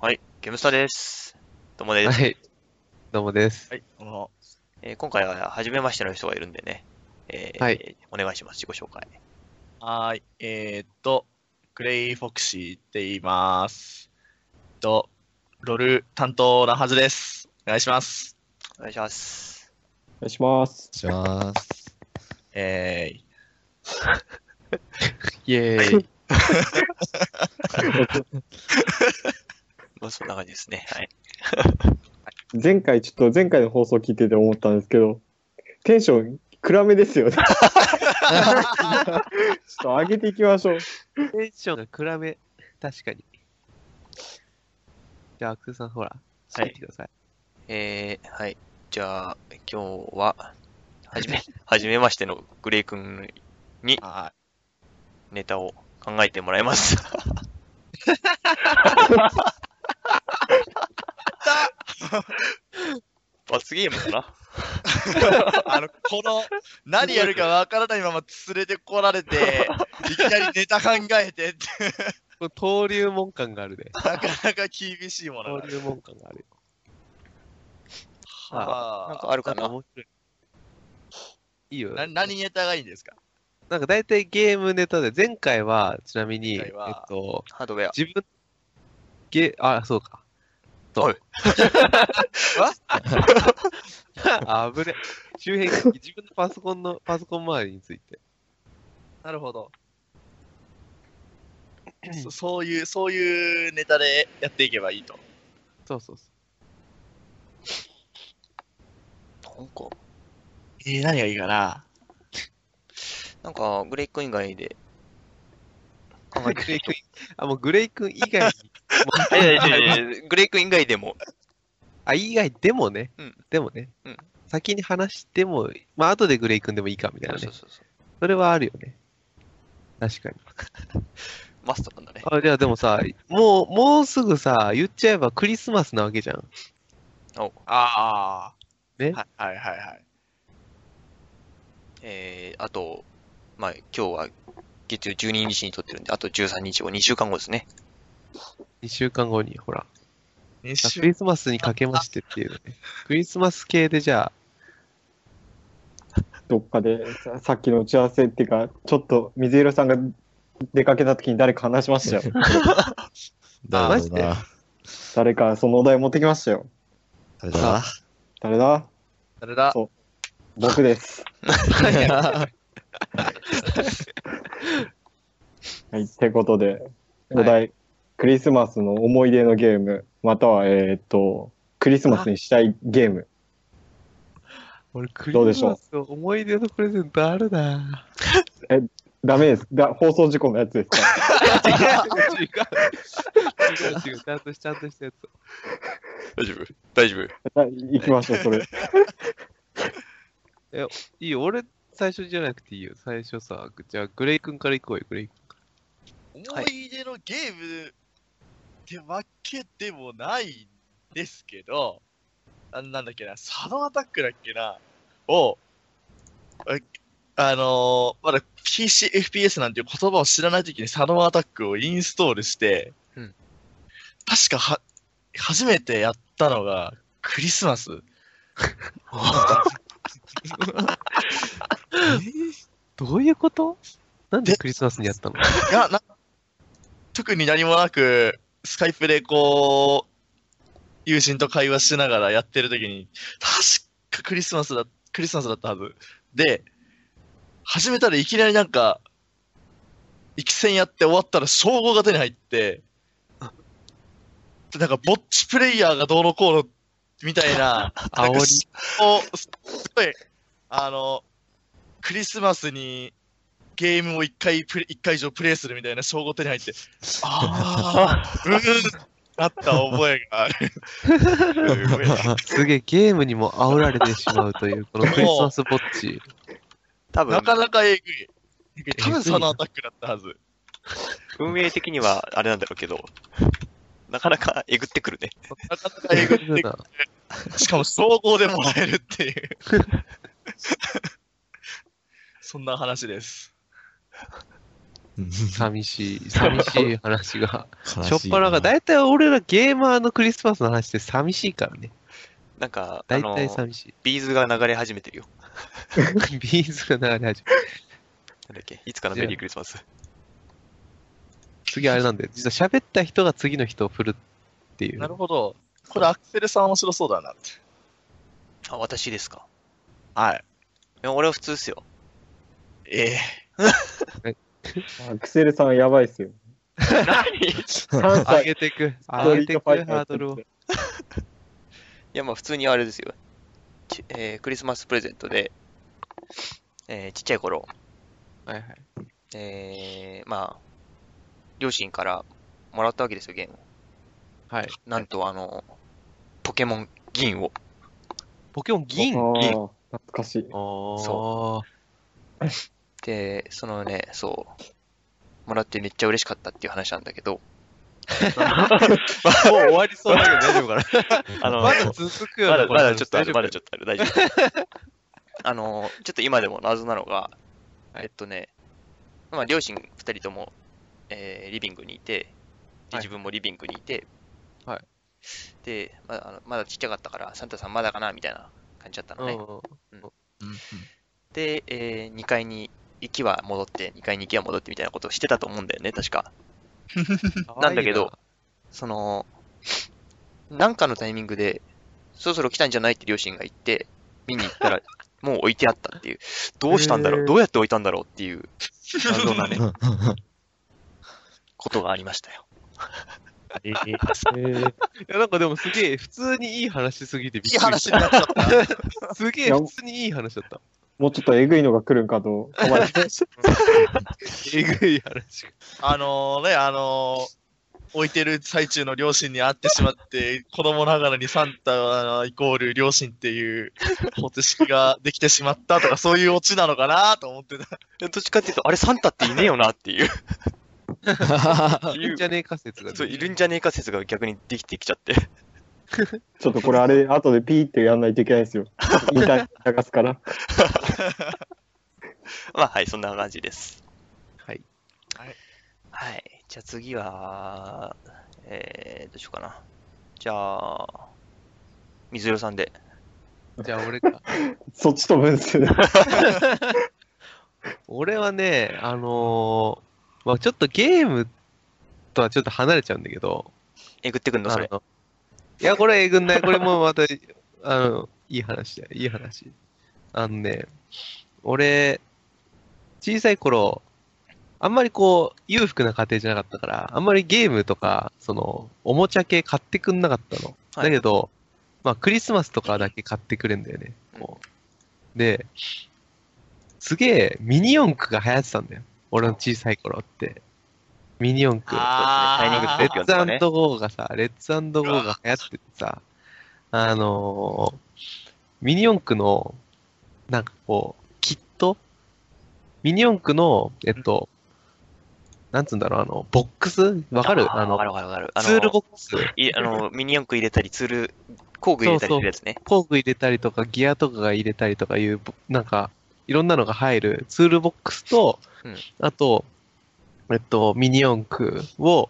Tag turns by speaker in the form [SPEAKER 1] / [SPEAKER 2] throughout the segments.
[SPEAKER 1] はい、ゲームスタです。どうもです。
[SPEAKER 2] はい。どうもです。
[SPEAKER 1] はい、どうも。えー今回は初めましての人がいるんでね、えー
[SPEAKER 2] はい
[SPEAKER 1] お願いします、自己紹介。
[SPEAKER 3] はーい。えーっと、クレイ・フォクシーって言います。えっと、ロール担当なはずです。お願いします。
[SPEAKER 1] お願いします。
[SPEAKER 4] お願いします。
[SPEAKER 5] します。
[SPEAKER 3] えーい、
[SPEAKER 2] イェーイ。
[SPEAKER 1] まあ、そんな感じですね。はい。
[SPEAKER 4] 前回、ちょっと前回の放送聞いてて思ったんですけど、テンション暗めですよね。ちょっと上げていきましょう。
[SPEAKER 2] テンションが暗め。確かに。じゃあ、アクセさん、ほら、
[SPEAKER 1] は
[SPEAKER 2] はいい、てください。
[SPEAKER 1] えー、はい。じゃあ、今日は、はじめ、はじめましてのグレイ君に
[SPEAKER 3] は
[SPEAKER 1] ネタを考えてもらいます。罰ゲームかな
[SPEAKER 3] ーい。 あの、この、何やるかわからないまま連れてこられて、いきなりネタ考えてって、
[SPEAKER 2] これ登竜門感があるね。
[SPEAKER 3] なかなか厳しいものだ
[SPEAKER 2] 登竜門感がある。
[SPEAKER 1] な
[SPEAKER 3] は
[SPEAKER 1] ん
[SPEAKER 3] あ
[SPEAKER 1] かあるかな
[SPEAKER 2] 面白い。いいよ。
[SPEAKER 3] な何ネタがいいんですか
[SPEAKER 2] なんか大体ゲームネタで、前回は、ちなみに、え
[SPEAKER 3] 前
[SPEAKER 2] っ
[SPEAKER 3] 回は
[SPEAKER 2] と、
[SPEAKER 1] ハードウェア。
[SPEAKER 2] 自分、ゲ、あ、そうか。
[SPEAKER 1] おい
[SPEAKER 2] そう。 あぶね。周辺機器、自分のパソコンの、パソコン周りについて。
[SPEAKER 3] なるほど。そそういう、そういうネタでやっていけばいいと。
[SPEAKER 2] そうそうそ
[SPEAKER 1] なんか、
[SPEAKER 3] えー、何がいいかな
[SPEAKER 1] なんか、グレイ君以外で考
[SPEAKER 2] う。
[SPEAKER 1] えて
[SPEAKER 2] グレイ君、あ、もうグレイ君以外に、
[SPEAKER 1] いやいやいやいや、グレイ君以外でも。
[SPEAKER 2] あ、以外でもね、
[SPEAKER 1] うん
[SPEAKER 2] でもね、
[SPEAKER 1] うん
[SPEAKER 2] 先に話しても、まあ後でグレイ君でもいいかみたいなね。
[SPEAKER 1] そう
[SPEAKER 2] そ
[SPEAKER 1] そうそう。
[SPEAKER 2] れはあるよね。確かに。
[SPEAKER 1] マストなんだね。
[SPEAKER 2] あ、じゃあでもさ、もう、もうすぐさ、言っちゃえばクリスマスなわけじゃん。
[SPEAKER 3] ああ。
[SPEAKER 2] ね
[SPEAKER 3] はいはいはいはい。
[SPEAKER 1] えー、あと、まあ、今日は月曜12日に撮ってるんで、あと13日後、2週間後ですね。
[SPEAKER 2] 2週間後に、ほら。
[SPEAKER 3] 二
[SPEAKER 2] あクリスマスにかけましてっていうね。クリスマス系でじゃあ、
[SPEAKER 4] どっかでささっきの打ち合わせっていうか、ちょっと水色さんが出かけた時に誰か話しましたよ。
[SPEAKER 5] 誰
[SPEAKER 2] マジで
[SPEAKER 5] だろ
[SPEAKER 4] 誰かそのお題持ってきましたよ。
[SPEAKER 5] うな
[SPEAKER 4] 誰
[SPEAKER 5] 誰だ
[SPEAKER 4] だ
[SPEAKER 3] 誰だ
[SPEAKER 4] そう僕です。はい、ってことで、お題、
[SPEAKER 2] は
[SPEAKER 4] クリスマスの思い出のゲーム、または、えーっと、クリスマスにしたいゲーム。
[SPEAKER 2] 俺ク
[SPEAKER 4] どうで
[SPEAKER 2] リ
[SPEAKER 4] し
[SPEAKER 2] ス
[SPEAKER 4] ょう
[SPEAKER 2] マスの思い出のプレゼントあるなぁ。
[SPEAKER 4] ダメです。だ放送事故のやつですか
[SPEAKER 2] 違う違う違う違う、ちゃんとしちゃんとしたやつ。
[SPEAKER 1] 大丈夫大丈夫
[SPEAKER 4] ら。だ行きましょう、それ。
[SPEAKER 2] いいよ、俺最初じゃなくていいよ。最初さ、じゃあグレイ君から行こうよ、グレイ君。
[SPEAKER 1] はい
[SPEAKER 3] 思い出のゲームってわけでもないんですけど、あなんだっけな、サドンアタックだっけな、を、えあのーまだ PCFPS なんていう言葉を知らないときにサドンアタックをインストールして、
[SPEAKER 1] うん
[SPEAKER 3] 確かは、初めてやったのがクリスマス。
[SPEAKER 2] どういうことなんでクリスマスにやったの
[SPEAKER 3] いや、な、特に何もなく、スカイプでこう、友人と会話しながらやってるときに、確かクリスマスだ、クリスマスだったはず。で、始めたらいきなりなんか、行き戦やって終わったら称号が手に入って、でなんか、ぼっちプレイヤーがどうのこうの、みたいな、
[SPEAKER 2] 煽り。
[SPEAKER 3] おすすごい、あの、クリスマスにゲームを1回プレイ、一回以上プレイするみたいな称号手に入って、あ あ、うーん、なった覚えがある。
[SPEAKER 2] すげえ、ゲームにも煽られてしまうという、このクリスマスぼっち。
[SPEAKER 1] 多分
[SPEAKER 3] な、かなかえぐい。多分そのアタックだったはず。
[SPEAKER 1] 運営的にはあれなんだろうけど、なかなかえぐってくるね。
[SPEAKER 3] なかなかえぐってくる、しかも総合でもらえるっていう。 そんな話です。
[SPEAKER 2] 寂しい、寂しい話が。しょ
[SPEAKER 5] ょ
[SPEAKER 2] っぱなが、だいたい俺らゲーマーのクリスマスの話って寂しいからね。
[SPEAKER 1] なんか、
[SPEAKER 2] だ
[SPEAKER 1] あ
[SPEAKER 2] い
[SPEAKER 1] の
[SPEAKER 2] た、い寂しい。
[SPEAKER 1] ビーズが流れ始めてるよ。
[SPEAKER 2] ビーズが流れ始め
[SPEAKER 1] なんだっけいつかのメリークリスマス。
[SPEAKER 2] 次あれなんだよ。実は喋った人が次の人を振るっていう。
[SPEAKER 3] なるほど。これアクセルさん面白そうだなって。
[SPEAKER 1] あ、私ですか。
[SPEAKER 3] はい。
[SPEAKER 1] いや俺は普通っすよ。
[SPEAKER 3] ええ
[SPEAKER 4] アクセルさんやばいっすよ。
[SPEAKER 1] 何い
[SPEAKER 4] 3
[SPEAKER 2] 上
[SPEAKER 4] 歳、
[SPEAKER 2] げてく。
[SPEAKER 4] スト
[SPEAKER 2] 上
[SPEAKER 4] リ
[SPEAKER 2] げて
[SPEAKER 4] ート
[SPEAKER 2] く、
[SPEAKER 4] ファイター
[SPEAKER 2] ハ
[SPEAKER 4] や
[SPEAKER 2] ー
[SPEAKER 4] って
[SPEAKER 2] ドルを。
[SPEAKER 4] て
[SPEAKER 1] や、まあ普通にあれですよ。ちえークリスマスプレゼントで、えーちっちゃい頃、
[SPEAKER 2] はいはい。
[SPEAKER 1] えーまあ、両親からもらったわけですよ、ゲームを。
[SPEAKER 2] はい。
[SPEAKER 1] なんと、あの、ポケモン銀を。
[SPEAKER 2] ポケモン銀
[SPEAKER 4] あー懐かしい。
[SPEAKER 2] そ
[SPEAKER 1] で、そのね、そう、もらってめっちゃ嬉しかったっていう話なんだけど、
[SPEAKER 2] う。もう終わりそうだけど大丈夫 かな
[SPEAKER 1] あの、
[SPEAKER 2] まだ続くよ
[SPEAKER 1] ま
[SPEAKER 2] な
[SPEAKER 1] だ
[SPEAKER 2] こ
[SPEAKER 1] ま
[SPEAKER 2] れ
[SPEAKER 1] だちょっとあ
[SPEAKER 2] 大丈
[SPEAKER 1] る、
[SPEAKER 2] 夫
[SPEAKER 1] まだちょっとある、大丈夫。 あの、ちょっと今でも謎なのが、
[SPEAKER 2] はい
[SPEAKER 1] えっとね、まあ、両親2人とも、えーリビングにいて、で
[SPEAKER 2] はい
[SPEAKER 1] 自分もリビングにいて、
[SPEAKER 2] はい
[SPEAKER 1] で、まだあのまだちっちゃかったから、サンタさんまだかなみたいな感じだったのね。
[SPEAKER 2] うん
[SPEAKER 1] で、え2階に行きは戻って、2階に行きは戻ってみたいなことをしてたと思うんだよね、確か。なんだけど、その、なんかのタイミングで、そろそろ来たんじゃないって両親が言って、見に行 ったら、もう置いてあったっていう。どうしたんだろ
[SPEAKER 2] へ
[SPEAKER 1] う
[SPEAKER 2] ー
[SPEAKER 1] どうやって置いたんだろうっていう、謎な ね、ことがありましたよ。
[SPEAKER 4] えー
[SPEAKER 2] いや、なんかでもすげえ、普通にいい話すぎてびっくり
[SPEAKER 1] い
[SPEAKER 2] した
[SPEAKER 1] い話になっちゃった。
[SPEAKER 2] すげえ、普通にいい話だった。
[SPEAKER 4] もうちょっとえぐいのが来るんかと。かばい
[SPEAKER 2] えぐい 話が。
[SPEAKER 3] あのね、あのー置いてる最中の両親に会ってしまって、子供ながらにサンタイコール両親っていう方程式ができてしまったとか、そういうオチなのかなと思ってた。
[SPEAKER 1] どっちかっていうと、あれサンタっていねえよなっていう、
[SPEAKER 2] いるんじゃねえ仮説がね。
[SPEAKER 1] そういるんじゃねえか説が逆にできてきちゃって。
[SPEAKER 4] ちょっとこれあれ、後でピーってやんないといけないですよ。インターネ流すから。
[SPEAKER 1] まあはい、そんな感じです。
[SPEAKER 2] はい。
[SPEAKER 3] はい。
[SPEAKER 1] はい。じゃあ次は、えー、どうしようかな。じゃあ、水色さんで。
[SPEAKER 2] じゃあ俺か。
[SPEAKER 4] そっち飛ぶんすよね。
[SPEAKER 2] 俺はね、あのー、まあちょっとゲームとはちょっと離れちゃうんだけど、
[SPEAKER 1] えぐってくんのそれ。
[SPEAKER 2] あのいや、これえぐんない。これもまた、あの、いい話だよ。いい話。あのね、俺、小さい頃、あんまりこう、裕福な家庭じゃなかったから、あんまりゲームとか、その、おもちゃ系買ってくんなかったの。
[SPEAKER 1] はい
[SPEAKER 2] だけど、まあ、クリスマスとかだけ買ってくれんだよね。こうで、すげえ、ミニ四駆が流行ってたんだよ。俺の小さい頃って。ミニ四駆。
[SPEAKER 1] あー
[SPEAKER 2] レ
[SPEAKER 1] レッ
[SPEAKER 2] ッ
[SPEAKER 1] ツ
[SPEAKER 2] ツ
[SPEAKER 1] ゴ
[SPEAKER 2] ゴ
[SPEAKER 1] ー
[SPEAKER 2] ーがさ、レッツゴーが流行っててさ、あのー、ミニ四駆の、なんかこう、キットミニ四駆の、えっと、なんつうんだろう、あの、ボックスわかる
[SPEAKER 1] あ
[SPEAKER 2] あ
[SPEAKER 1] の、わ
[SPEAKER 2] の
[SPEAKER 1] か、るわかるわかる。あの
[SPEAKER 2] ツールボックス。
[SPEAKER 1] いあの、ミニ四駆入れたり、ツール、工具入れたりするやつね。
[SPEAKER 2] 工具入れたりとか、ギアとかが入れたりとかいう、ぼなんか、いろんなのが入るツールボックスと、
[SPEAKER 1] うん
[SPEAKER 2] あと、えっと、ミニ四駆を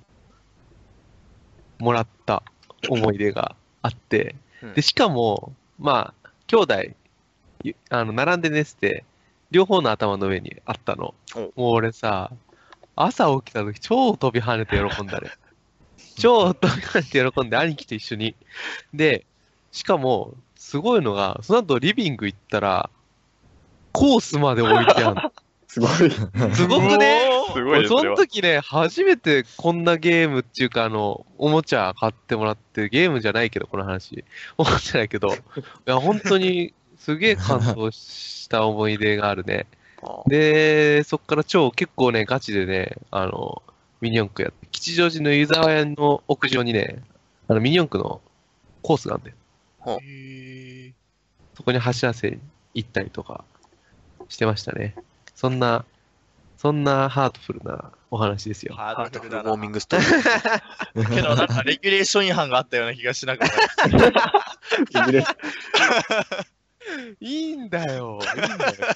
[SPEAKER 2] もらった思い出があって、
[SPEAKER 1] うん
[SPEAKER 2] で、しかも、まあ、兄弟、ゆあの、並んで寝てて、両方の頭の上にあったの。
[SPEAKER 1] お
[SPEAKER 2] もう俺さ、朝起きた時超飛び跳ねて喜んだ ね。超飛び跳ねて喜んで、兄貴と一緒に。で、しかも、すごいのが、その後リビング行ったら、コースまで置いてある の。
[SPEAKER 4] すごい。
[SPEAKER 2] すごくね
[SPEAKER 1] すごい
[SPEAKER 2] 俺
[SPEAKER 1] です
[SPEAKER 2] そ
[SPEAKER 1] そ
[SPEAKER 2] の
[SPEAKER 1] れは
[SPEAKER 2] 時ね、初めてこんなゲームっていうか、あの、おもちゃ買ってもらって、ゲームじゃないけど、この話。おもちゃだけど、いや、本当に、すげえ感動した思い出があるね。
[SPEAKER 1] あ
[SPEAKER 2] で、そっから超結構ね、ガチでね、あの、ミニ四駆やって、吉祥寺の湯沢屋の屋上にね、あの、ミニ四駆のコースがあるんだよ。そこに走らせ行ったりとかしてましたね。そんな、そんなハートフルなお話ですよ。
[SPEAKER 1] ハ
[SPEAKER 3] ハ
[SPEAKER 1] ー
[SPEAKER 3] ー
[SPEAKER 1] ト
[SPEAKER 3] ト
[SPEAKER 1] フ
[SPEAKER 3] フ
[SPEAKER 1] ル
[SPEAKER 3] ル
[SPEAKER 1] ウォ
[SPEAKER 3] だ
[SPEAKER 1] ー
[SPEAKER 3] な
[SPEAKER 1] ミングストーリー。
[SPEAKER 3] けどなんかレギュレーション違反があったような気がしなくもない
[SPEAKER 4] いずれ
[SPEAKER 2] いいんだよ。いいん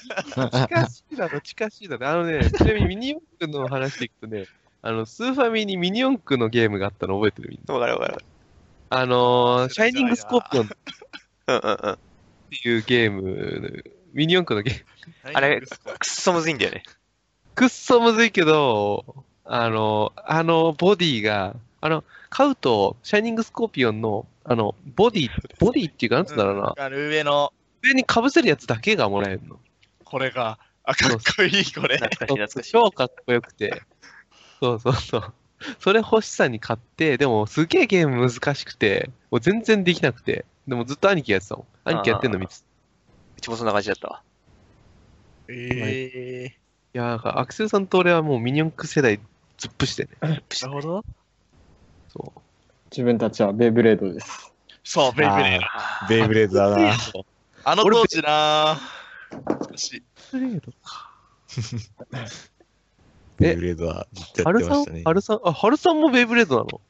[SPEAKER 2] だよ。近しいだ ろ、近しいだろ。あのね、ちなみにミニ四駆の話でいくとね、あの、スーファミにミニ四駆のゲームがあったの覚えてるみんな。
[SPEAKER 1] わかるわかる。
[SPEAKER 2] あのー、シャイニングスコーピオンっ
[SPEAKER 1] うんうんうん。
[SPEAKER 2] ていうゲーム、ミニ四駆のゲーム。
[SPEAKER 1] あれ、くっそむずいんだよね。
[SPEAKER 2] くっそむずいけど、あの、あの、ボディが、あの、買うと、シャイニングスコーピオンの、あの、ボディ、ボディっていうか、なんつうんだろうな。
[SPEAKER 3] ある上の、
[SPEAKER 2] 上に被せるやつだけがもらえるの。
[SPEAKER 3] これか。あ、かっこいい、こ
[SPEAKER 1] 懐かしい
[SPEAKER 3] れ。
[SPEAKER 1] 懐かしい。
[SPEAKER 2] 超かっこよくて。そうそうそう。それ欲しさに買って、でもすげえゲーム難しくて、もう全然できなくて、でもずっと兄貴やってたもん。兄貴やってんの見てた。
[SPEAKER 1] うちもそんな感じだったわ。
[SPEAKER 3] え
[SPEAKER 2] いやー、なんかアクセルさんと俺はもうミニ四駆世代突っ伏してね。
[SPEAKER 3] ー、なるほど。
[SPEAKER 2] そう。
[SPEAKER 4] 自分たちはベイブレードです。
[SPEAKER 3] そう、ベイブレード。
[SPEAKER 1] あー
[SPEAKER 5] ベイブレードだな。
[SPEAKER 3] あの当時な懐かしい。
[SPEAKER 2] スレード
[SPEAKER 5] ベイブレードはずっと
[SPEAKER 2] ハ
[SPEAKER 5] やっ
[SPEAKER 2] ル
[SPEAKER 5] て
[SPEAKER 2] さ
[SPEAKER 5] ま
[SPEAKER 2] ん
[SPEAKER 5] したね。
[SPEAKER 2] ハルさん、あ、ハルさんもベイブレードなの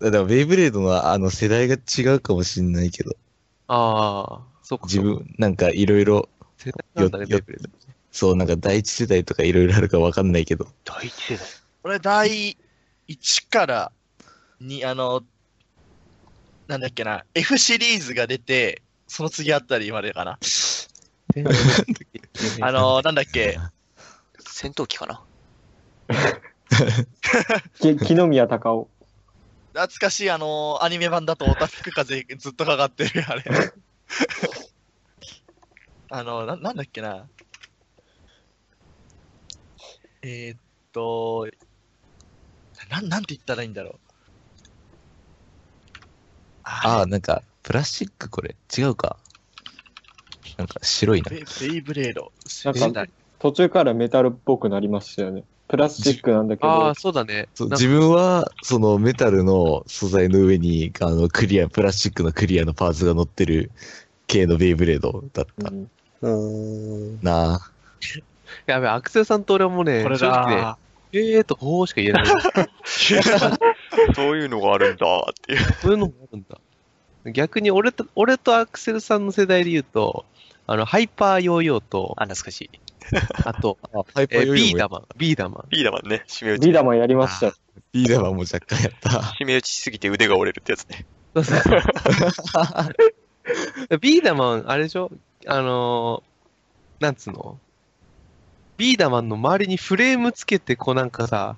[SPEAKER 5] だからベイブレードのあの世代が違うかもしんないけど、
[SPEAKER 2] ああ、そうか。
[SPEAKER 5] 自分、なんかいろいろ、
[SPEAKER 2] 世代な
[SPEAKER 5] よ
[SPEAKER 2] んだね、ベイ
[SPEAKER 5] よ
[SPEAKER 2] ブレード。
[SPEAKER 5] そう、なんか第一世代とかいろいろあるかわかんないけど、
[SPEAKER 1] 第一世代。
[SPEAKER 3] 俺、第1から2、あの、なんだっけな、F シリーズが出て、その次あたりまでかな。あの、なんだっけ、
[SPEAKER 1] 戦闘機かな
[SPEAKER 4] き木の宮隆夫。
[SPEAKER 3] 懐かしい、あの、アニメ版だとオタフク風ずっとかかってる、あ れ。あのな、なんだっけな。えー、っと、な、なんて言ったらいいんだろう。
[SPEAKER 5] あ
[SPEAKER 3] あ
[SPEAKER 5] あ、なんか、プラスチックこれ、違うか。なんか白いな。
[SPEAKER 3] ベベイブレード。
[SPEAKER 4] なんか途中からメタルっぽくなりましたよね。プラスチックなんだ
[SPEAKER 2] あ
[SPEAKER 4] けど
[SPEAKER 2] あ、、そうだね。
[SPEAKER 5] そう
[SPEAKER 2] なんか
[SPEAKER 5] 自分は、そのメタルの素材の上に、あの、クリア、プラスチックのクリアのパーツが乗ってる系のベイブレードだっ
[SPEAKER 4] う
[SPEAKER 5] た
[SPEAKER 4] ん
[SPEAKER 5] なあ。
[SPEAKER 2] やべ、アクセルさんと俺はもうね、
[SPEAKER 3] これ
[SPEAKER 2] 正直ね
[SPEAKER 3] だ。、
[SPEAKER 2] えーと、ほーしか言えない。
[SPEAKER 1] そういうのがあるんだっていう。
[SPEAKER 2] そういうのもあるんだ。逆に俺と、俺とアクセルさんの世代で言うと、あの、ハイパーヨーヨーと、
[SPEAKER 1] あ、懐かしい。
[SPEAKER 2] あと、
[SPEAKER 5] あ、ハイパ
[SPEAKER 2] え
[SPEAKER 5] ー
[SPEAKER 2] ー
[SPEAKER 5] よ
[SPEAKER 2] ビ
[SPEAKER 5] り
[SPEAKER 2] ー
[SPEAKER 5] も
[SPEAKER 2] ダマン、ビーダマン。
[SPEAKER 1] ビーダマンね、締め打
[SPEAKER 4] ビー
[SPEAKER 1] ち。
[SPEAKER 4] ダマンやりましたよ。
[SPEAKER 5] ビーダマンも若干や った。
[SPEAKER 1] 締め打ちしすぎて腕が折れるってやつね。
[SPEAKER 2] そうそうそう。ビーダマン、あれでしょあのー、なんつうのビーダマンの周りにフレームつけて、こうなんかさ、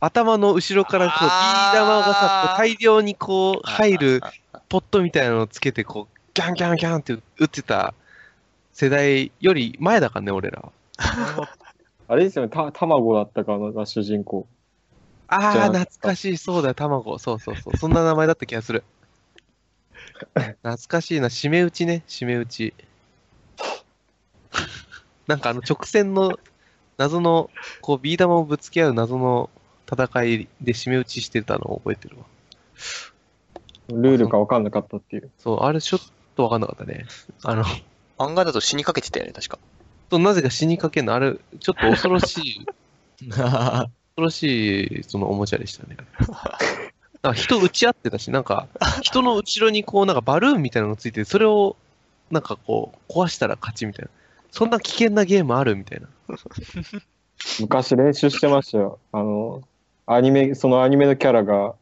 [SPEAKER 2] 頭の後ろからこう、ビ
[SPEAKER 3] あー
[SPEAKER 2] ーダマンがさ、こう大量にこう、入る
[SPEAKER 1] あ。ああ
[SPEAKER 2] ポットみたいなのをつけて、こう、ギャンギャンギャンって打ってた世代より前だからね、俺ら。
[SPEAKER 4] あれですよね、た、卵だったかな、主人公。
[SPEAKER 2] あ
[SPEAKER 4] じゃ
[SPEAKER 2] あ、
[SPEAKER 4] あ
[SPEAKER 2] 懐かしい、そうだよ、卵。そうそうそう。そんな名前だった気がする。 懐かしいな、締め打ちね、締め打ち。なんかあの直線の謎の、こう、ビー玉をぶつけ合う謎の戦いで締め打ちしてたのを覚えてるわ。
[SPEAKER 4] ルールが分かんなかったっていう。
[SPEAKER 2] そう、あれちょっとわかんなかったね。あの、
[SPEAKER 1] あ漫画だと死にかけてたよね、確か。
[SPEAKER 2] となぜか死にかけんの、あれ、ちょっと恐ろしい、恐ろしい、そのおもちゃでしたね。 なんか人打ち合ってたし、なんか、人の後ろにこう、なんかバルーンみたいなのがついてて、それを、なんかこう、壊したら勝ちみたいな。そんな危険なゲームあるみたいな。
[SPEAKER 4] 昔練習してましたよ。あの、アニメ、そのアニメのキャラが、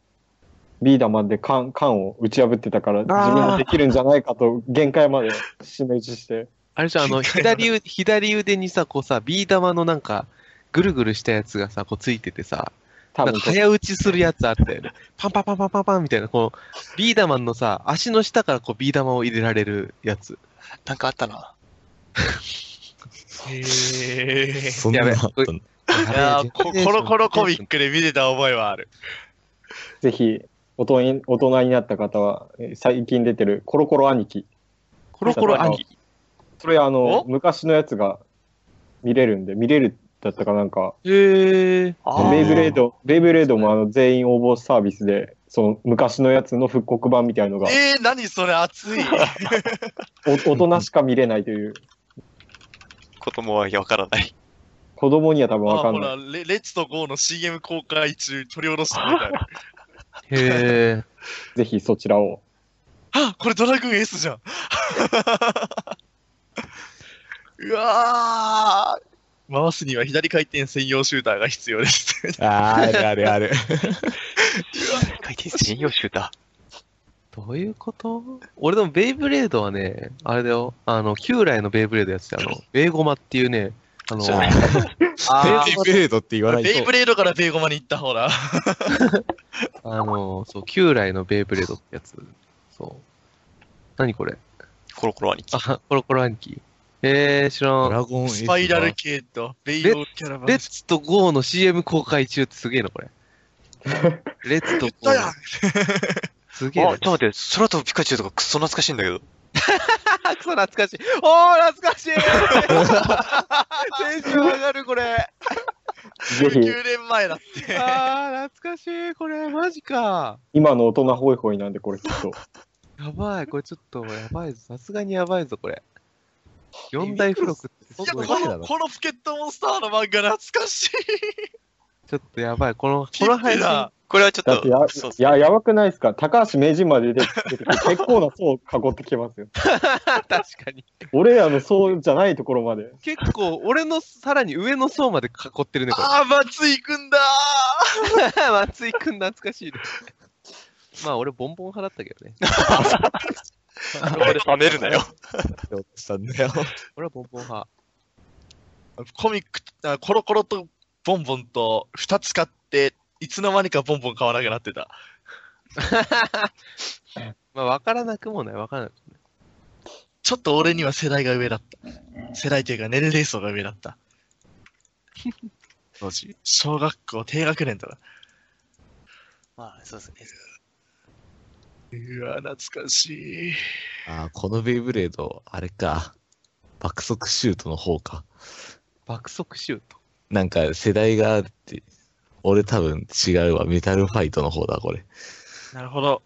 [SPEAKER 4] ビーダマンで缶、缶を打ち破ってたから、自分もできるんじゃないかと、限界まで締め打ちして。
[SPEAKER 2] あれじゃあの、左腕、左腕にさ、こうさ、ビー玉のなんか、ぐるぐるしたやつがさ、こうついててさ、
[SPEAKER 4] 多
[SPEAKER 2] なん
[SPEAKER 4] 分
[SPEAKER 2] か、早打ちするやつあったよね。パンパンパンパンパンパンみたいな、こう、ビー玉のさ、足の下からこう、ビー玉を入れられるやつ。
[SPEAKER 1] なんかあったな。
[SPEAKER 3] へー
[SPEAKER 5] そんなのあった
[SPEAKER 2] や
[SPEAKER 5] んだ。
[SPEAKER 3] いやーこコロコロコミックで見てた覚えはある。
[SPEAKER 4] ぜひ、大人に大人になった方は、えー最近出てるコロコロ兄貴。
[SPEAKER 2] コロコロ兄貴。
[SPEAKER 4] それあの
[SPEAKER 3] お、
[SPEAKER 4] 昔のやつが見れるんで、見れるだったかなんか、
[SPEAKER 2] へえ。
[SPEAKER 1] あー
[SPEAKER 4] ベイブレード、ベイブレードもあの全員応募サービスで、その昔のやつの復刻版みたいのが、
[SPEAKER 3] えー、何それ熱い。
[SPEAKER 4] お大人しか見れないという、
[SPEAKER 1] 子供はわからない。
[SPEAKER 4] 子供には多分
[SPEAKER 3] あ
[SPEAKER 4] わか
[SPEAKER 3] ほ
[SPEAKER 4] んな
[SPEAKER 3] ら
[SPEAKER 4] い。
[SPEAKER 3] レ、レッツとゴーの CM 公開中、取り下ろしてみたいな。
[SPEAKER 2] へえ。
[SPEAKER 4] ぜひそちらを。
[SPEAKER 3] あ、これドラグーン S じゃん。 うわー回すには左回転専用シューターが必要です。
[SPEAKER 5] あーあるあるある。
[SPEAKER 1] 回転専用シュータ
[SPEAKER 2] どういうこと俺でもベイブレードはね、あれだよ、あの、旧来のベイブレードやってたあの、ベイゴマっていうね、あの、
[SPEAKER 3] そうね
[SPEAKER 2] あ
[SPEAKER 3] あ
[SPEAKER 5] ベイブレードって言わないと。
[SPEAKER 3] ベイブレードからベイゴマに行ったほら。
[SPEAKER 2] あの、そう、旧来のベイブレードってやつ。そう。何これ
[SPEAKER 1] ー。コロコロ兄貴。
[SPEAKER 2] あ、コロコロ暗記。えー、知ら
[SPEAKER 5] ド
[SPEAKER 2] ん。
[SPEAKER 5] ラゴンエ
[SPEAKER 3] スパイラル
[SPEAKER 5] キ
[SPEAKER 3] 系とベイオールキャラバン。
[SPEAKER 2] レッツとゴーの CM 公開中ってすげえな、これ。レッツとゴ
[SPEAKER 3] だや
[SPEAKER 2] ー
[SPEAKER 3] ん。
[SPEAKER 2] すげえな。
[SPEAKER 1] あ、ちょっと待って、空飛ぶピカチュウとかクソ懐かしいんだけど。
[SPEAKER 2] あ、クソ懐かしい。おー、懐かしい テンション上がる、これ。
[SPEAKER 4] ぜひ、
[SPEAKER 3] 9年前だって。
[SPEAKER 2] あー、懐かしい。これ、マジか。
[SPEAKER 4] 今の大人ホイホイなんで、これきっ と。
[SPEAKER 2] やばい、これちょっと、やばいぞ。さすがにやばいぞ、これ。四大付録ってす
[SPEAKER 3] いや、こ
[SPEAKER 2] ごい。
[SPEAKER 5] これだ
[SPEAKER 3] の、
[SPEAKER 5] ろ
[SPEAKER 3] このポケットモンスターの漫画懐かしい。
[SPEAKER 2] ちょっとやばい。この、
[SPEAKER 3] ピ
[SPEAKER 2] この
[SPEAKER 3] ッ
[SPEAKER 2] 配
[SPEAKER 3] て
[SPEAKER 2] 信
[SPEAKER 3] だ。
[SPEAKER 1] これはちょっ
[SPEAKER 4] だって
[SPEAKER 1] と、
[SPEAKER 4] や、
[SPEAKER 1] そうっす
[SPEAKER 4] いや、やばくないですか高橋名人まで出て出てきて、結構な層囲ってきますよ。
[SPEAKER 2] 確かに。
[SPEAKER 4] 俺らの層じゃないところまで。
[SPEAKER 2] 結構、俺のさらに上の層まで囲ってるね、これ。
[SPEAKER 3] ああ、松井くんだ
[SPEAKER 2] 松井くん懐かしいね。まあ、俺、ボンボン派だったけどね。
[SPEAKER 1] これ冷めるなよ。
[SPEAKER 5] ャラしたんだよ。
[SPEAKER 2] 俺はボンボン派。
[SPEAKER 3] ーコミック、あコロコロとボンボンと2つ買って、いつの間にかボンボン買わなくなってた。
[SPEAKER 2] まあ、わからなくもない、わからなくもない。
[SPEAKER 3] ちょっと俺には世代が上だった。世代というか年齢層が上だった。当時、小学校低学年とか。
[SPEAKER 1] まあ、そうですね。
[SPEAKER 3] うわ、懐かしい。
[SPEAKER 5] あーこのベイブレード、あれか。爆速シュートの方か。
[SPEAKER 2] 爆速シュート。
[SPEAKER 5] なんか世代があって、俺多分違うわ。メタルファイトの方だ、これ。
[SPEAKER 3] なるほど。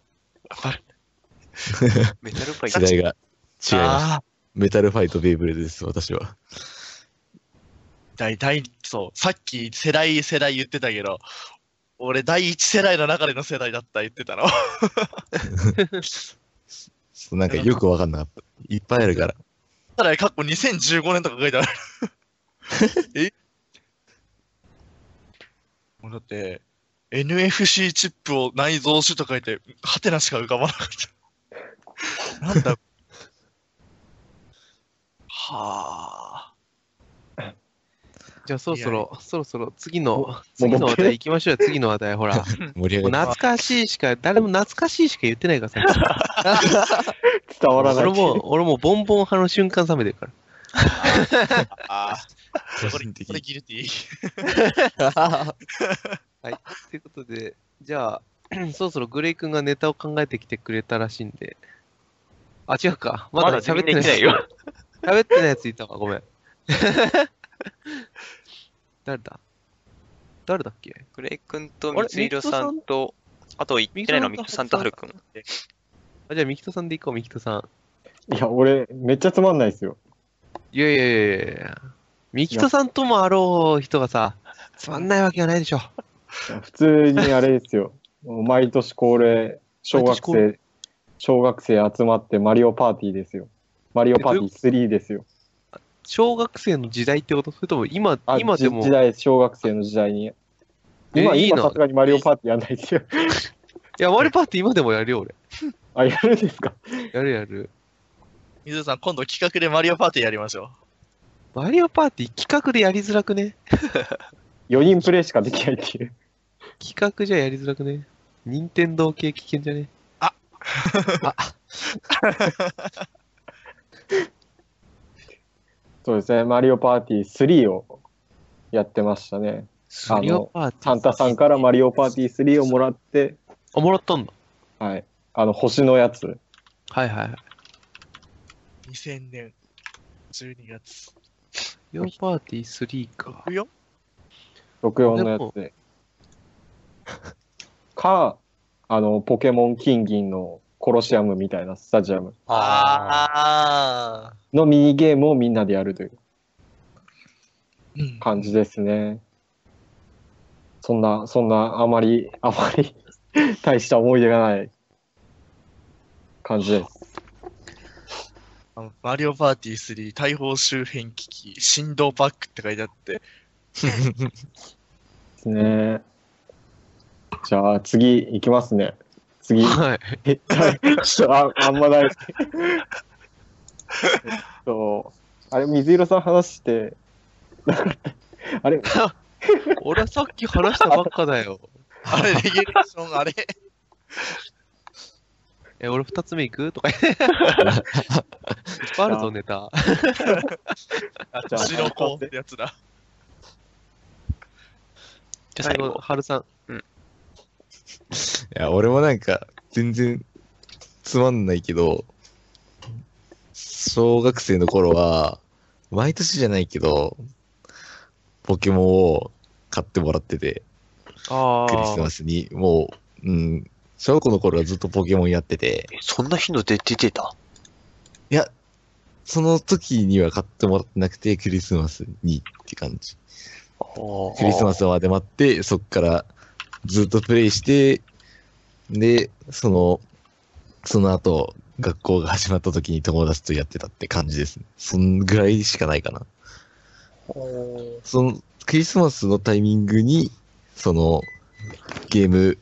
[SPEAKER 1] メタルファイ
[SPEAKER 5] 世
[SPEAKER 1] ト。
[SPEAKER 5] 代が違います。
[SPEAKER 3] ああ、
[SPEAKER 5] メタルファイトベイブレードです、私は。
[SPEAKER 3] 第、第、そう、さっき世代、世代言ってたけど、俺第一世代の中での世代だった言ってたの。
[SPEAKER 5] そうなんかよくわかんなかった。いっぱいあるから。
[SPEAKER 3] ただ、過去2015年とか書いてあ る。えもうだって、NFC チップを内蔵種と書いて、ハテナしか浮かばなかった。なんだはあ。
[SPEAKER 2] じゃあ、そろそ
[SPEAKER 3] いや
[SPEAKER 2] ろ、そろそろ、次の、次の話題行きましょうよ、次の話題、ほ ら。も
[SPEAKER 5] 盛り
[SPEAKER 2] う
[SPEAKER 5] 上がっ
[SPEAKER 2] 懐かしいしか、誰も懐かしいしか言ってないからさ。
[SPEAKER 4] 伝わらない。
[SPEAKER 2] 俺も、俺もボンボン派の瞬間冷めてるから。
[SPEAKER 3] ああ。
[SPEAKER 5] て
[SPEAKER 3] こ
[SPEAKER 5] 個
[SPEAKER 3] れ、
[SPEAKER 5] 人
[SPEAKER 3] これ
[SPEAKER 5] 的。
[SPEAKER 3] ギルティー。
[SPEAKER 2] ということで、じゃあ、 そろそろグレイ君がネタを考えてきてくれたらしいんで。あ、違うか。ま
[SPEAKER 1] ま
[SPEAKER 2] だ
[SPEAKER 1] だ
[SPEAKER 2] 喋っ
[SPEAKER 1] 喋ってて
[SPEAKER 2] な。
[SPEAKER 1] ないいよ。
[SPEAKER 2] 喋ってないやついたわ、ごめん。 誰だ誰だっけ
[SPEAKER 1] グレイ君と
[SPEAKER 2] あれ
[SPEAKER 1] 光弘さんと、あと言ってないのは
[SPEAKER 2] ミ
[SPEAKER 1] ミ
[SPEAKER 2] キ
[SPEAKER 1] キ
[SPEAKER 2] トさん
[SPEAKER 1] トさん
[SPEAKER 2] と
[SPEAKER 1] とハル君。
[SPEAKER 2] あじゃあ、ミキトさんでいこう、ミキトさん。
[SPEAKER 4] いや、俺、めっちゃつまんないですよ。
[SPEAKER 2] いやいやいやいやいやミキトさんともあろう人がさ、つまんないわけがないでしょ。
[SPEAKER 4] いや普通にあれですよ。もう毎年恒例、小学
[SPEAKER 2] 毎年恒例
[SPEAKER 4] 生、小学生集まってマリオパーティーですよ。マリオパーティー3ですよ。
[SPEAKER 2] 小学生の時代ってことそれとも今、
[SPEAKER 4] あ
[SPEAKER 2] 今で
[SPEAKER 4] じ
[SPEAKER 2] も
[SPEAKER 4] 時。代、小学生の時代に。
[SPEAKER 2] え
[SPEAKER 4] 今、
[SPEAKER 2] いい
[SPEAKER 4] 今
[SPEAKER 2] な
[SPEAKER 4] さすがにマリオパーティーやんないですよ。
[SPEAKER 2] いや、マリパーティー今でもやるよ、俺。
[SPEAKER 4] あ、やるんですか
[SPEAKER 2] やるやる。
[SPEAKER 3] 水野さん、今度企画でマリオパーティーやりましょ
[SPEAKER 2] マリオパーティー企画でやりづらくね
[SPEAKER 4] ?4 人プレイしかできないっていう。
[SPEAKER 2] 企画じゃやりづらくね任天堂系危険じゃね
[SPEAKER 3] あ
[SPEAKER 2] あ
[SPEAKER 4] そうですね、マリオパーティー3をやってましたね。
[SPEAKER 2] マ
[SPEAKER 4] あ
[SPEAKER 2] リオ
[SPEAKER 4] の、
[SPEAKER 2] パーティー。
[SPEAKER 4] サンタさんからマリオパーティー3をもらって、
[SPEAKER 2] あ、もらったんだ。
[SPEAKER 4] はい。あの、星のやつ。
[SPEAKER 2] はいはいはい。
[SPEAKER 3] う。2000年12月。
[SPEAKER 2] マリオパーティー3か。
[SPEAKER 3] いや
[SPEAKER 4] 64のやつで。か、あの、ポケモン金銀のコロシアムみたいなスタジアム
[SPEAKER 3] ああ。
[SPEAKER 4] のミニゲームをみんなでやるという
[SPEAKER 3] うん。
[SPEAKER 4] 感じですね。そんな、そんな、あまり、あまり、大した思い出がない感じです。
[SPEAKER 3] あのマリオパーティー3、大砲周辺機器、振動パックって書いてあって、
[SPEAKER 4] ですね。じゃあ次行きますね。 次。
[SPEAKER 2] はい。
[SPEAKER 4] ああんまない。えっと、あれ、水色さん話して、 なかった。あれ、
[SPEAKER 2] 俺はさっき話したばっかだよ。
[SPEAKER 3] あれ、レギュレーション、あれ、
[SPEAKER 2] え、俺二つ目行くとか言って。いっぱいあるぞ、ネタ。
[SPEAKER 4] じゃあ
[SPEAKER 3] 白子ってやつだ。
[SPEAKER 2] 最
[SPEAKER 1] じゃあ最
[SPEAKER 2] 後、
[SPEAKER 1] 後、
[SPEAKER 2] 春さん。
[SPEAKER 5] いや、俺もなんか、全然、つまんないけど、小学生の頃は、毎年じゃないけど、ポケモンを買ってもらってて、
[SPEAKER 2] あ
[SPEAKER 5] クリスマスに、もう、うん、小学校の頃はずっとポケモンやってて、
[SPEAKER 1] えそんな頻度で出てた
[SPEAKER 5] いや、その時には買ってもらってなくて、クリスマスにって感じ。ク
[SPEAKER 1] ク
[SPEAKER 5] リスマ
[SPEAKER 1] ス。
[SPEAKER 5] スまで待って、そっからずっとプレイして、で、その、その後、学校が始まった時に友達とやってたって感じですね。そんぐらいしかないかな。その、クリスマスのタイミングに、その、ゲーム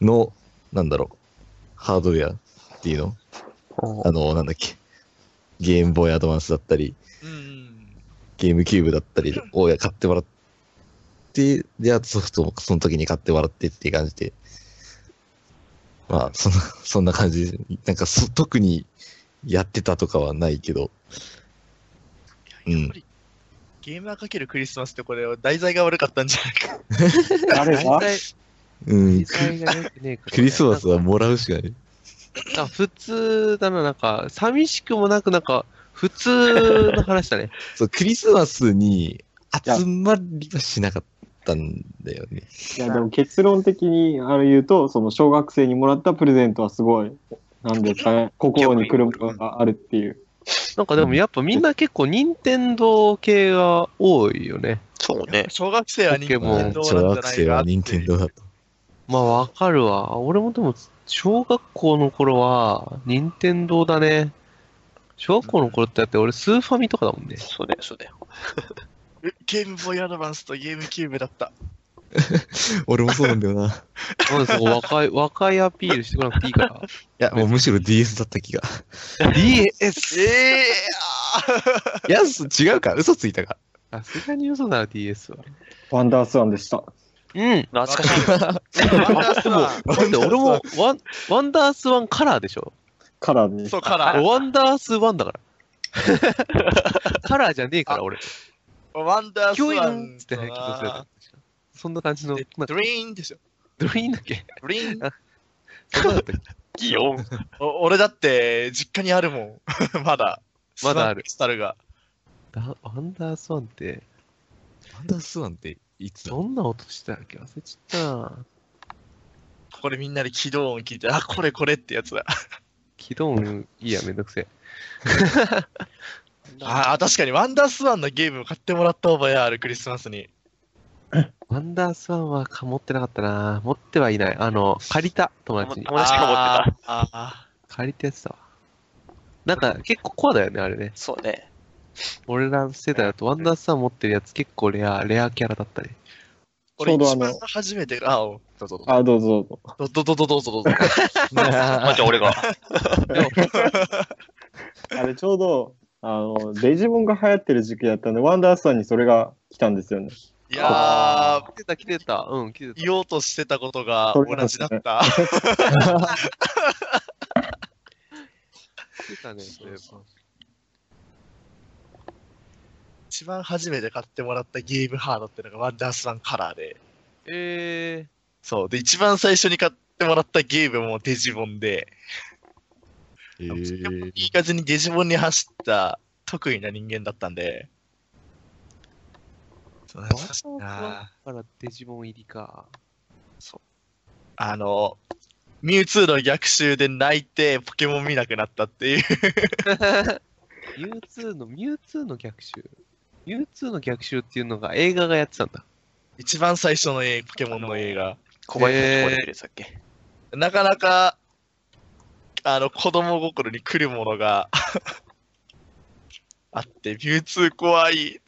[SPEAKER 5] の、なんだろう、ハードウェアっていうのあの、なんだっけ。ゲームボーイアドバンスだったり、
[SPEAKER 3] うん。
[SPEAKER 5] ゲームキューブだったりを買ってもらって、で、あとソフトもその時に買ってもらってっていう感じで、まあ、そんな、 そんな感じで、なんかそ、特にやってたとかはないけど、う
[SPEAKER 3] やっ
[SPEAKER 5] ん
[SPEAKER 3] ぱ。りゲーマーかけるクリスマスってこれは題材が悪かったんじゃない か。
[SPEAKER 4] 誰が
[SPEAKER 2] 題
[SPEAKER 5] うん。
[SPEAKER 2] 材が良くねえからね
[SPEAKER 5] クリスマスはもらうしかない。
[SPEAKER 2] なんか普通だな、なんか、寂しくもなく、なんか、普通の話だね。
[SPEAKER 5] そう、クリスマスに集まりはしなかったんだよね。
[SPEAKER 4] いやでも結論的にあれ言うと、その小学生にもらったプレゼントはすごい、なんですかね、心に来るものがあるっていう。
[SPEAKER 2] なんかでもやっぱみんな結構、任天堂系が多いよね。
[SPEAKER 1] そうね。
[SPEAKER 3] 小学生は任天
[SPEAKER 2] ポケモン
[SPEAKER 5] ま
[SPEAKER 3] 堂な
[SPEAKER 5] あ
[SPEAKER 3] んじゃ
[SPEAKER 5] 小
[SPEAKER 3] ないか
[SPEAKER 5] 学生は任天堂だ
[SPEAKER 3] っ
[SPEAKER 5] と。
[SPEAKER 2] まあわかるわ。俺もでも、小学校の頃は、任天堂だね。小学校の頃ってだって俺、スーファミとかだもんね。
[SPEAKER 1] そうだよ、そうだよ。
[SPEAKER 3] ていう。ゲームボーイアドバンスとゲームキューブだった。
[SPEAKER 5] 俺もそうなんだよな。い
[SPEAKER 2] なんでそこ若い、若いアピールしてこなくていいか
[SPEAKER 5] や、もうむしろ DS だった気が。
[SPEAKER 2] ら。DS!
[SPEAKER 3] ええ
[SPEAKER 5] いや、そ違うか。嘘ついたか。
[SPEAKER 2] さすがに嘘だな、DS は。
[SPEAKER 4] ワンダースワンでした。
[SPEAKER 2] うん。
[SPEAKER 1] 懐かしい。
[SPEAKER 3] ーワンダースワン
[SPEAKER 2] だって俺もワン、ワンダースワンカラーでしょ
[SPEAKER 4] カラーに。
[SPEAKER 3] そう、カラー。
[SPEAKER 2] ワンダースワンだ から。カラーじゃねえから、俺。
[SPEAKER 3] ワンダース
[SPEAKER 2] キュイ
[SPEAKER 3] ワ
[SPEAKER 2] ーン
[SPEAKER 3] ン
[SPEAKER 2] っつってね、起動するやつそんな感じの、なんか
[SPEAKER 3] ド、リーンでしょ。
[SPEAKER 2] ドリーンだっけ
[SPEAKER 3] ドリーン。
[SPEAKER 2] そんなだったっけ
[SPEAKER 1] ギヨン。
[SPEAKER 3] お俺だって、実家にあるもん。 まだ。
[SPEAKER 2] まだある
[SPEAKER 3] スナックスタルが。
[SPEAKER 2] だワンダースワンって、
[SPEAKER 5] ワンダースワンっていつだ
[SPEAKER 2] どんな音してたっけ忘れちゃったな。
[SPEAKER 3] ここでみんなで起動音聞いて、あ、これこれってやつだ。
[SPEAKER 2] 起動音いいや、めんどくせえ。
[SPEAKER 3] ああ、確かに、ワンダースワンのゲームを買ってもらった覚えある、クリスマスに。
[SPEAKER 2] ワンダースワンはか持ってなかったな。持ってはいない。あの、借りた、友達に。
[SPEAKER 1] 友達が持ってた。
[SPEAKER 3] た。あーあ
[SPEAKER 2] 借りたやつだわ。なんか、結構コアだよね、あれね。
[SPEAKER 1] そうね。
[SPEAKER 2] 俺らの世代だと、ワンダースワン持ってるやつ結構レア、レアキャラだったね。
[SPEAKER 3] ー。俺、
[SPEAKER 4] ちょうど
[SPEAKER 3] 一
[SPEAKER 4] あの
[SPEAKER 3] 番初めて、あおどうぞ
[SPEAKER 4] あ、どうぞどう
[SPEAKER 3] ど
[SPEAKER 4] ぞ。
[SPEAKER 3] うぞ。どどどどうぞどうぞ。
[SPEAKER 1] あ、じゃあ俺が。
[SPEAKER 4] あれちょうど、あの、デジモンが流行ってる時期だったんで、ワンダースワンにそれが来たんですよね。
[SPEAKER 3] いやー、
[SPEAKER 2] 来てた、来てた。うん、来てた。
[SPEAKER 3] 言おうとしてたことが
[SPEAKER 4] それ
[SPEAKER 3] 同じだった。
[SPEAKER 2] 来てたね、そういえば。
[SPEAKER 3] 一番初めて買ってもらったゲームハードってのがワンダースワンカラーで。
[SPEAKER 2] え
[SPEAKER 3] そう。で、一番最初に買ってもらったゲームもデジモンで、
[SPEAKER 5] えー
[SPEAKER 3] いい感じにデジモンに走った得意な人間だったんで。そう
[SPEAKER 2] ー、
[SPEAKER 3] 懐かしいな
[SPEAKER 2] からデジモン入りか。
[SPEAKER 3] あの、ミュウツーの逆襲で泣いてポケモン見なくなったっていう。
[SPEAKER 2] ミュウツーの、ミュウツーの逆襲。ミュウツーの逆襲っていうのが映画がやってたんだ。
[SPEAKER 3] 一番最初の映ポケモンの映画。
[SPEAKER 1] 小林のとこでやつだっけ。
[SPEAKER 3] なかなか、あの、子供心に来るものがあって、ビュー2怖いっ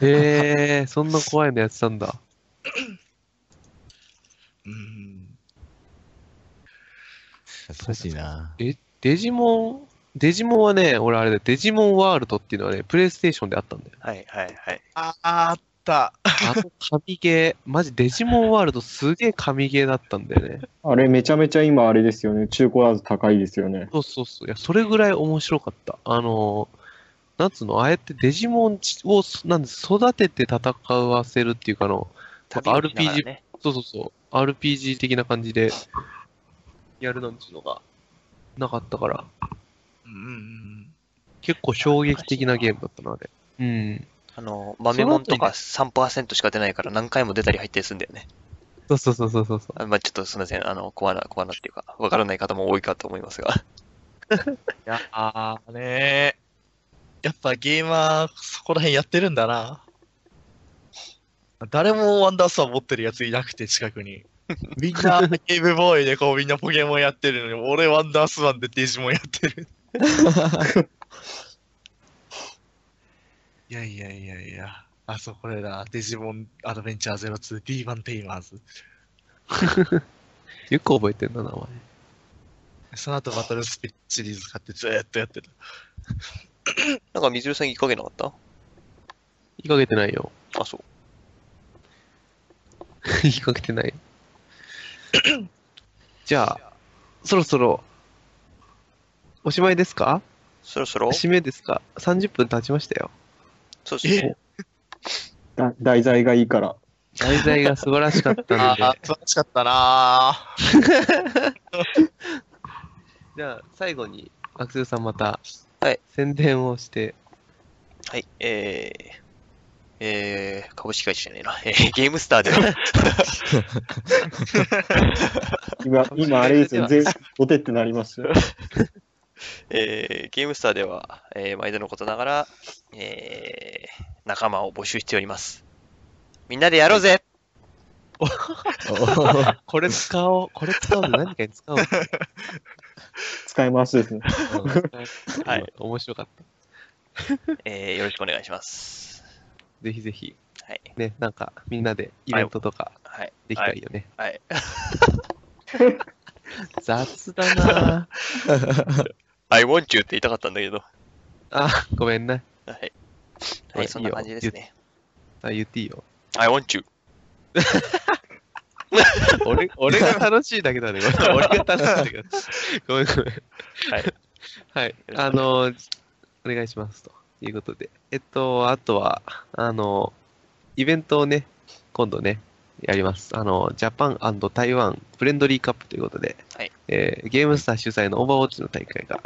[SPEAKER 3] て。
[SPEAKER 2] へえ、そんな怖いのやってたんだ。
[SPEAKER 3] うん。
[SPEAKER 5] 懐かしいな。
[SPEAKER 2] デジモン、デジモンはね、俺あれだよ、デジモンワールドっていうのはね、プレイステーションであったんだよ。
[SPEAKER 1] はいはいはい。
[SPEAKER 3] ああった。
[SPEAKER 2] あの神ゲー、マジデジモンワールドすげえ神ゲーだったんだよね。
[SPEAKER 4] あれめちゃめちゃ今あれですよね。中古だと高いですよね。
[SPEAKER 2] そうそうそう。いや、それぐらい面白かった。あのー、なんつうの、ああやってデジモンを、なんで育てて戦わせるっていうかあの、
[SPEAKER 1] 旅をしながらね。
[SPEAKER 2] そうそうそう、RPG 的な感じでやるなんていうのがなかったから、
[SPEAKER 3] うんうんうん。
[SPEAKER 2] 結構衝撃的なゲームだったな、あれ。うん。
[SPEAKER 1] あの、豆もんとか3%しか出ないから何回も出たり入ったりするんだよね。
[SPEAKER 2] そうそうそうそうそう。
[SPEAKER 1] あまあちょっとすみません、あの、コアな、コアなっていうか、わからない方も多いかと思いますが。
[SPEAKER 3] いやあーねーやっぱゲーマー、そこら辺やってるんだな。誰もワンダースワン持ってるやついなくて、近く に。みんなゲームボーイでこうみんなポケモンやってるのに、俺ワンダースワンでデジモンやって る。いやいやいやいや。あ、そう、これだ。デジモンアドベンチャー 02D1 テイマーズ。
[SPEAKER 2] よく覚えてんな、名前。
[SPEAKER 3] その後バトルスピッチシリーズ買ってずーっとやってた。
[SPEAKER 1] なんか、水るさんいかげなかっ
[SPEAKER 2] 言いかけてないよ。
[SPEAKER 1] たあ、そう。
[SPEAKER 2] 言いかけてない。 じゃあ、そろそろ、おしまいですか
[SPEAKER 1] そろそろ
[SPEAKER 2] 締めですか ?30 分経ちましたよ。
[SPEAKER 1] そうですね。
[SPEAKER 4] だ題材がいいから。
[SPEAKER 2] 題材が素晴らしかったので。
[SPEAKER 3] あー、素晴らしかったなー。
[SPEAKER 2] じゃあ、最後に、アクセルさんまた、
[SPEAKER 1] はい
[SPEAKER 2] 宣伝をして、
[SPEAKER 1] はい、えー。えー、株式会社じゃねえな。えー、ゲームスターでは、
[SPEAKER 4] 今、今あれですよ。全お手ってなりましたよ。
[SPEAKER 1] えー、ゲームスターでは、えー、毎度のことながら、えー、仲間を募集しております。みんなでやろうぜ
[SPEAKER 2] これ使おう、これ使おうで何かに使おう。
[SPEAKER 4] 使い回しですね。
[SPEAKER 1] はい。
[SPEAKER 2] 面白かった。
[SPEAKER 1] えー、よろしくお願いします。
[SPEAKER 2] ぜひぜひ、
[SPEAKER 1] はい。
[SPEAKER 2] ね、なんか、みんなでイベントとか
[SPEAKER 1] はい。
[SPEAKER 2] できたらいいよね。
[SPEAKER 1] はい。
[SPEAKER 2] 雑だなぁ
[SPEAKER 1] I want you って言いたかったんだけど。
[SPEAKER 2] あ、ごめんな。
[SPEAKER 1] はい。
[SPEAKER 2] は
[SPEAKER 1] はいい、そんな感じですね。
[SPEAKER 2] あ、言っていいよ。
[SPEAKER 1] I want you.
[SPEAKER 2] 俺、俺が楽しいだけ だね。ごめん俺が楽しいだけだ。ごめんごめん。
[SPEAKER 1] はい。
[SPEAKER 2] はい。あの、お願いします。ということで。えっと、あとは、あの、イベントをね、今度ね、やります。あの、ジャパン台湾フレンドリーカップということで、
[SPEAKER 1] はい
[SPEAKER 2] えーゲームスター主催のオーバーウォッチの大会が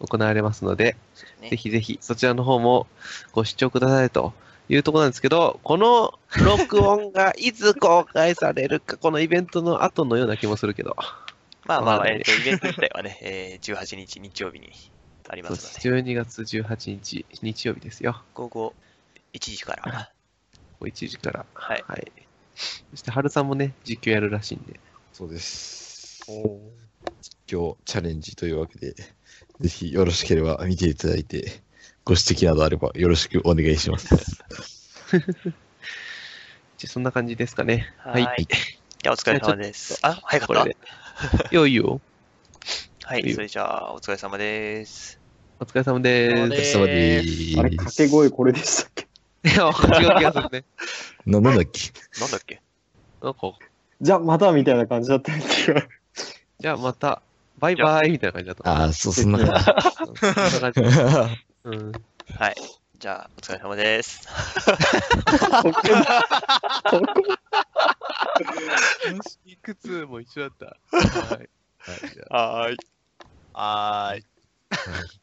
[SPEAKER 2] 行われますので、
[SPEAKER 1] そうですね
[SPEAKER 2] ぜひぜひそちらの方もご視聴くださいというところなんですけど、この録音がいつ公開されるか、 このイベントの後のような気もするけど、
[SPEAKER 1] まあま
[SPEAKER 2] ま
[SPEAKER 1] あま
[SPEAKER 2] あ
[SPEAKER 1] あ、
[SPEAKER 2] ね
[SPEAKER 1] えっ、と、イベント自体はね、えー、18日日曜日にあり
[SPEAKER 2] そう
[SPEAKER 1] ま
[SPEAKER 2] です
[SPEAKER 1] の
[SPEAKER 2] す
[SPEAKER 1] で、
[SPEAKER 2] 12月18日、日曜日ですよ、
[SPEAKER 1] 午後1時から。
[SPEAKER 2] お1時から。
[SPEAKER 1] はい。
[SPEAKER 2] そして、春さんもね、実況やるらしいんで、
[SPEAKER 5] そうです。今日チャレンジというわけで、ぜひよろしければ見ていただいて、ご指摘などあればよろしくお願いします。
[SPEAKER 2] じゃあそんな感じですかね。は。
[SPEAKER 1] はいい。じゃあ、お疲れ様です。あ、早 か
[SPEAKER 2] こ
[SPEAKER 1] っ
[SPEAKER 2] れ
[SPEAKER 1] た
[SPEAKER 2] で。。いよいよ、
[SPEAKER 1] はい
[SPEAKER 2] いい
[SPEAKER 1] い、
[SPEAKER 2] よ
[SPEAKER 1] それじゃあ、お疲れ様です。
[SPEAKER 2] お疲れ様で
[SPEAKER 3] お疲
[SPEAKER 5] お
[SPEAKER 3] れ
[SPEAKER 5] 疲
[SPEAKER 2] す。
[SPEAKER 5] れ様です。
[SPEAKER 4] あれ、掛け声これでしたっけ
[SPEAKER 2] いや、違う気がするね。
[SPEAKER 5] な、なんだっけ
[SPEAKER 1] なんだっけ
[SPEAKER 2] なんか、
[SPEAKER 4] じゃあまたみたいな感じだったんですが。
[SPEAKER 2] じゃあまた、バイバイみたいな感じだった。
[SPEAKER 5] ああ、そう、そんな感じ。
[SPEAKER 2] そんな感じ。うん。
[SPEAKER 1] はい。じゃあ、お疲れ様です。
[SPEAKER 4] ここ
[SPEAKER 2] いくつも一緒だった。はい。
[SPEAKER 5] はい
[SPEAKER 3] Uh,
[SPEAKER 1] はーい。
[SPEAKER 3] はーい。